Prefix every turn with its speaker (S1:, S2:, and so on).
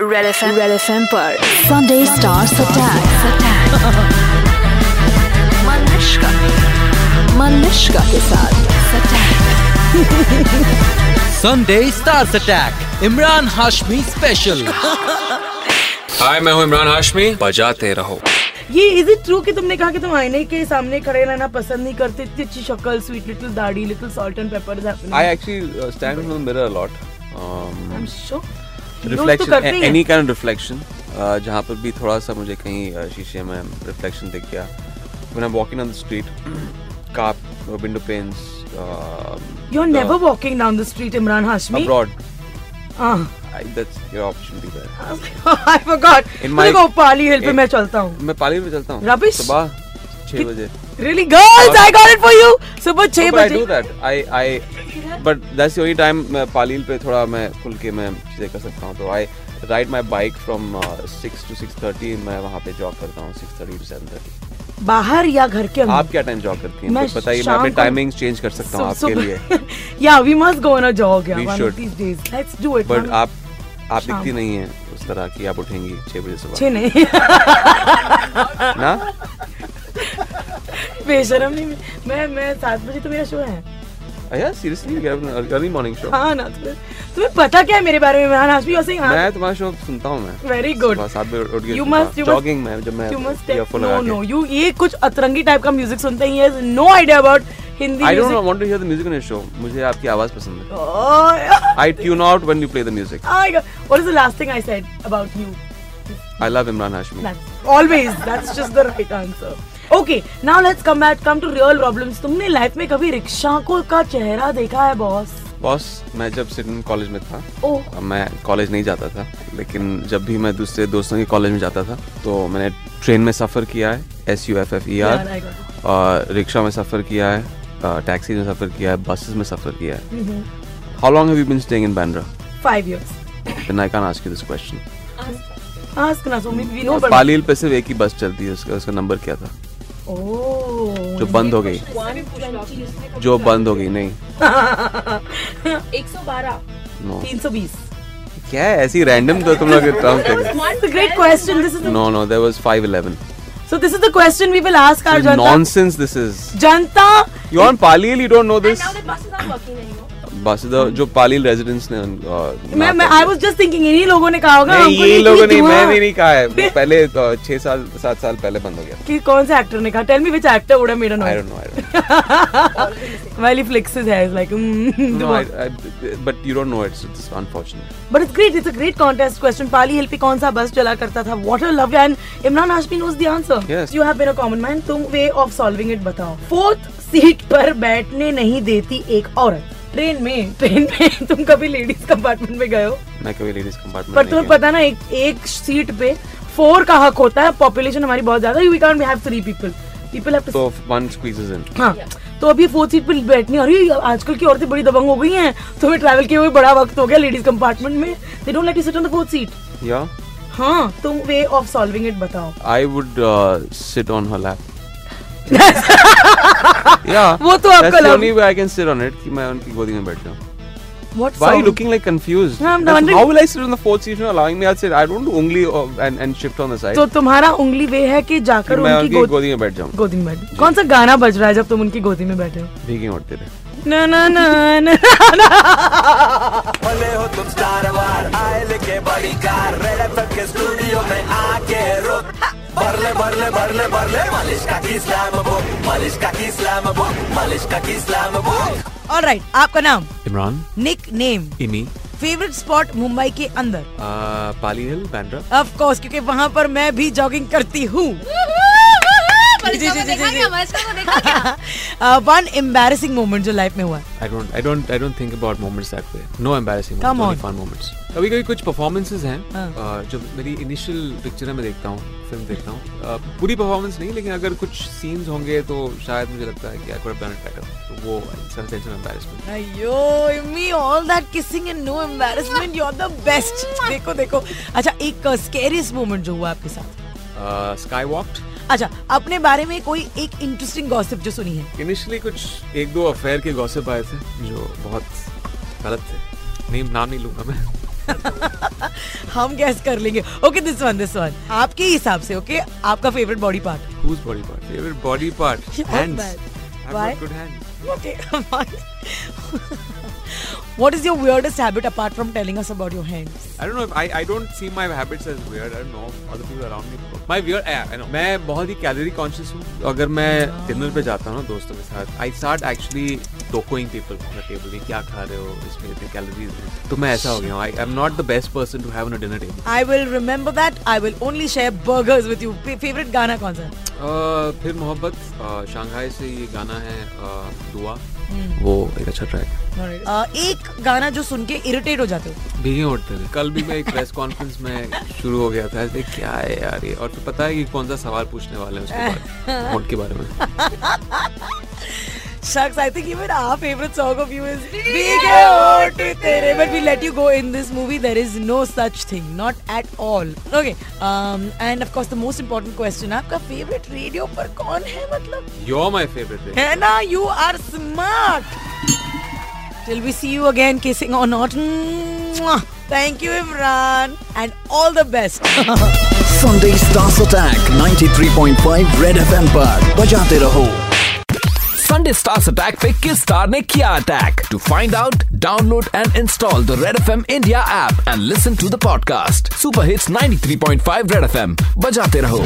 S1: Red F red F M पर Sunday stars attack Manushka Manushka के साथ
S2: Sunday stars attack Imran Hashmi special
S3: hi मैं हूं इमरान हाशमी बजाते रहो
S4: ये इज इट ट्रू कि तुमने कहा कि तुम आईने के सामने खड़े रहना पसंद नहीं करते इतनी अच्छी शक्ल स्वीट लिटिल दाढ़ी little salt and
S5: I
S4: pepper
S5: actually uh, stand in the mirror a lot. Um,
S4: लोग तो
S5: reflection,
S4: करते
S5: a-
S4: ही हैं।
S5: any kind of reflection. Uh, जहाँ पर भी थोड़ा सा मुझे कहीं uh, शीशे में reflection दिख गया. When I'm walking on the street, car, uh, window panes. Um,
S4: you are
S5: the-
S4: never walking down the street Imran Hashmi
S5: abroad.
S4: Ah.
S5: I, that's your opportunity there.
S4: I forgot
S5: In my-
S4: देखो पाली हिल पे
S5: Eh.
S4: मैं चलता हूँ
S5: मैं पाली में चलता हूँ.
S4: Rubbish.
S5: सुबह छह
S4: Kit-
S5: बजे.
S4: Really girls I got it for you सुबह छह
S5: No, but I
S4: बजे
S5: do that. I I. But that's the only time मैं पालील पे थोड़ा मैं खुल के मैं चीजें कर सकता हूँ तो I ride my bike from six to six thirty मैं वहाँ पे जॉब करता हूँ six thirty to seven thirty
S4: बाहर या घर के अंदर
S5: आप क्या टाइम जॉब करती हैं
S4: मैं
S5: मुझे बताइए मैं
S4: शाम
S5: अपने
S4: को-
S5: टाइमिंग चेंज कर सकता हूँ आपके लिए
S4: या we must go on a jog
S5: We
S4: यार
S5: should.
S4: These days let's do it
S5: but आप आप
S4: हाँ। शाम
S5: दिखती नहीं है उस तरह की आप उठेंगी छह बजे सुबह
S4: छह नहीं
S5: ना
S4: बेशरम नहीं मैं- मैं मैं सात बजे तो मेरा शो है
S5: अया सीरियसली अर्ली मॉर्निंग शो
S4: हाँ ना तुम्हें तुम्हें पता क्या है मेरे बारे में इमरान हाशमी और सिंह
S5: मैं तुम्हारा शो सुनता हूँ मैं
S4: वेरी गुड
S5: सुबह सात बजे उठ
S4: हाँ, You must-
S5: के
S4: you must-
S5: जॉगिंग में जब मैं
S4: यू मस्ट
S5: ईयरफोन
S4: नो
S5: लगा
S4: नो
S5: के
S4: यू ये कुछ अतरंगी टाइप का म्यूजिक सुनते हैं ही no idea about Hindi
S5: I don't
S4: music.
S5: Want to hear the music in your show मुझे आपकी आवाज पसंद है
S4: Oh,
S5: I tune out when you play the music.
S4: my God. What is the last thing I said about you?
S5: I love Imran Hashmi.
S4: That's always. That's just the right answer. Okay, now let's come back. Come to real problems. तुमने life में कभी rickshaw को का चेहरा देखा है Oh, boss?
S5: Boss मैं जब सिडन कॉलेज में था
S4: ओह
S5: अब मैं कॉलेज नहीं जाता था लेकिन जब भी मैं दूसरे दोस्तों के कॉलेज में जाता था तो मैंने ट्रेन में सफ़र किया है S U F F E
S4: यार, I
S5: are
S4: got it.
S5: E और रिक्शा में सफ़र किया है अ, टैक्सी में सफ़र किया है बसेस में सफ़र किया है
S4: Mm-hmm.
S5: How long have you been staying in Bandra
S4: Five years.
S5: Then I can ask you this question
S4: Ask ना सुमित. We know. but-
S5: पालील पे सिर्फ एक ही बस चलती है उसका उसका नंबर क्या था
S4: Oh.
S5: जो बंद हो गई जो बंद हो गई नहीं
S6: 112
S5: नो
S4: 320.
S5: क्या है ऐसी रैंडम तो तुम लोग काम कर
S4: It's a great question. This is the,
S5: No, no, there was 511.
S4: so. This is the question we will ask our जनता.
S5: Nonsense this is.
S4: जनता
S5: You on Palil, you don't know this.
S6: now that buses aren't working anymore
S5: बस इधर जो Palil residents ने uh,
S4: मैं मैं I was just thinking इन्हीं लोगों ने कहा होगा हमको
S5: ये
S4: ये
S5: लोगों ने
S4: धुआं
S5: मैंने नहीं कहा है वो पहले अ, छह साल सात साल पहले बंद हो गया
S4: कि कौन से एक्टर ने कहा tell me which actor would have made a
S5: I
S4: noise
S5: don't know I
S4: while he flicks his hair. It's like, mm,
S5: don't
S4: no,
S5: no but you don't know it's it's unfortunate
S4: but it's great. It's a great contest question. Pali Hill पे कौन सा bus चला करता था? What a love and Imran Hashmi knows the answer.
S5: Yes.
S4: You have been a common man. तुम way of solving it बताओ. Fourth seat पर बैठने नहीं देती एक औरत. ट्रेन में ट्रेन में तुम कभी लेडीज कंपार्टमेंट में गए हो
S5: मैं कभी लेडीज कंपार्टमेंट
S4: पर तुम्हें पता ना एक एक सीट पे फोर का हक होता है पॉपुलेशन हमारी बहुत ज्यादा we can't have three people people have to
S5: तो वन स्क्वीजेस इन
S4: हाँ तो अभी फोर्थ सीट पर बैठनी अरे ये आजकल की औरतें बड़ी दबंग हो गई हैं तो हमें ट्रैवल किए हुए बड़ा वक्त हो गया लेडीज कंपार्टमेंट में they don't let you sit on the fourth seat
S5: या
S4: हाँ तुम वे ऑफ सॉल्विंग इट बताओ
S5: I would sit on her lap या
S4: वो तो आपका love-
S5: only way I can sit on it कि मैं उनकी गोदी में बैठ जाऊं
S4: what
S5: Why are you looking like confused?
S4: No, I'm
S5: That's-
S4: wondering-
S5: How will I sit on the fourth seat? You're allowing me. I'll sit. I don't do only uh, and and shift on the side.
S4: तो तुम्हारा उंगली वे है कि
S5: कि
S4: जाकर
S5: मैं
S4: उनकी
S5: उनकी
S4: गोद-
S5: गोदी में बैठ जाऊं
S4: गोदी में बैठ कौन सा गाना बज रहा है जब तुम उनकी गोदी में बैठे हो
S5: भीगे उठते रहे
S4: ना ना ना ना
S7: भले हो तुम स्टार वार आए लेके बड़ी कार रेड एफएम के स्टूडियो में आके रुक भरले भरले भरले भरले मालिश का की स्लैम बुक मालिश का की स्लैम बुक मालिश का की स्लैम बुक
S8: ऑलराइट आपका नाम
S5: Imran
S8: nickname
S5: Immi
S8: favourite spot Mumbai के अंदर
S3: uh,
S5: Pali hill Bandra
S8: of course क्योंकि वहाँ पर मैं भी जॉगिंग करती हूँ जी, जी, जी, Uh, जी। वन एम्बेसिंग मोमेंट जो लाइफ में हुआ है
S3: I don't I don't I don't think about moments that way no embarrassing
S8: Come
S3: moments
S8: on.
S3: Fun moments कभी कभी कुछ परफॉर्मेंसेस हैं
S8: हाँ.
S3: अ, जो मेरी इनिशियल पिक्चर है मैं देखता हूँ फिल्म देखता हूँ अ, पूरी परफॉर्मेंस नहीं लेकिन अगर कुछ सीन्स होंगे तो शायद मुझे लगता है कि I could have done it better तो वो सेंस ऑफ एम्बैरेसमेंट
S8: अयो me all that kissing and no embracing you are the best देखो देखो अच्छा एक स्केरियस मोमेंट जो हुआ आपके साथ
S3: स्काई वॉक्ड
S8: अच्छा अपने बारे में कोई एक इंटरेस्टिंग गॉसिप जो सुनी है
S3: इनिशियली कुछ एक दो अफेयर के गॉसिप आए थे जो बहुत गलत थे नेम नाम नहीं लूंगा मैं
S8: हाँ?
S4: हम गैस कर लेंगे okay this one this one आपके हिसाब से ओके आपका favourite body part
S5: Whose body part? Favorite body part?
S4: Your
S5: Hands.
S4: bad.
S5: I've
S4: Why?
S5: got good hands.
S4: Okay what is your weirdest habit apart from telling us about your hands
S5: I don't know if I I don't see my habits as weird. I don't know other people around me. My weird I, I know. मैं बहुत ही calorie conscious हूँ. अगर मैं dinner पे जाता हूँ ना दोस्तों के साथ, I start actually dokoing people at the table. ये क्या खा रहे हो? इसमें इतने calories हैं. तो मैं ऐसा हो गया हूँ. I- I'm not the best person to have on a dinner table.
S4: I will remember that. I will only share burgers with you. Fa- favorite गाना कौन सा
S5: अ, फिर मोहब्बत अ, शंघाई से ये गाना है अ, दुआ वो एक अच्छा ट्रैक है
S4: Uh, एक गाना जो सुन के इरिटेट हो जाते हो
S5: भीगे उठते थे कल भी मैं एक प्रेस कॉन्फ्रेंस में शुरू हो गया था ऐसे क्या है यार ये और फिर पता है कि कौन सा सवाल पूछने वाले हैं उसके बाद वोट के बारे में
S4: शख्स I think even our favourite song of you is भीगे होठ तेरे but we let you go in this movie there is no such thing not at all okay and of course the most important question आपका favourite radio पर कौन है मतलब
S5: your my favourite
S4: है ना you are smart Till we see you again, kissing or not. Mwah. Thank you, Imran, and all the best.
S9: Sunday stars attack 93.5 red FM पर बजाते रहो
S7: संडे स्टार्स अटैक पे किस स्टार ने किया attack to find out download and install the red F M India app and listen to the podcast super hits 93.5 red F M बजाते रहो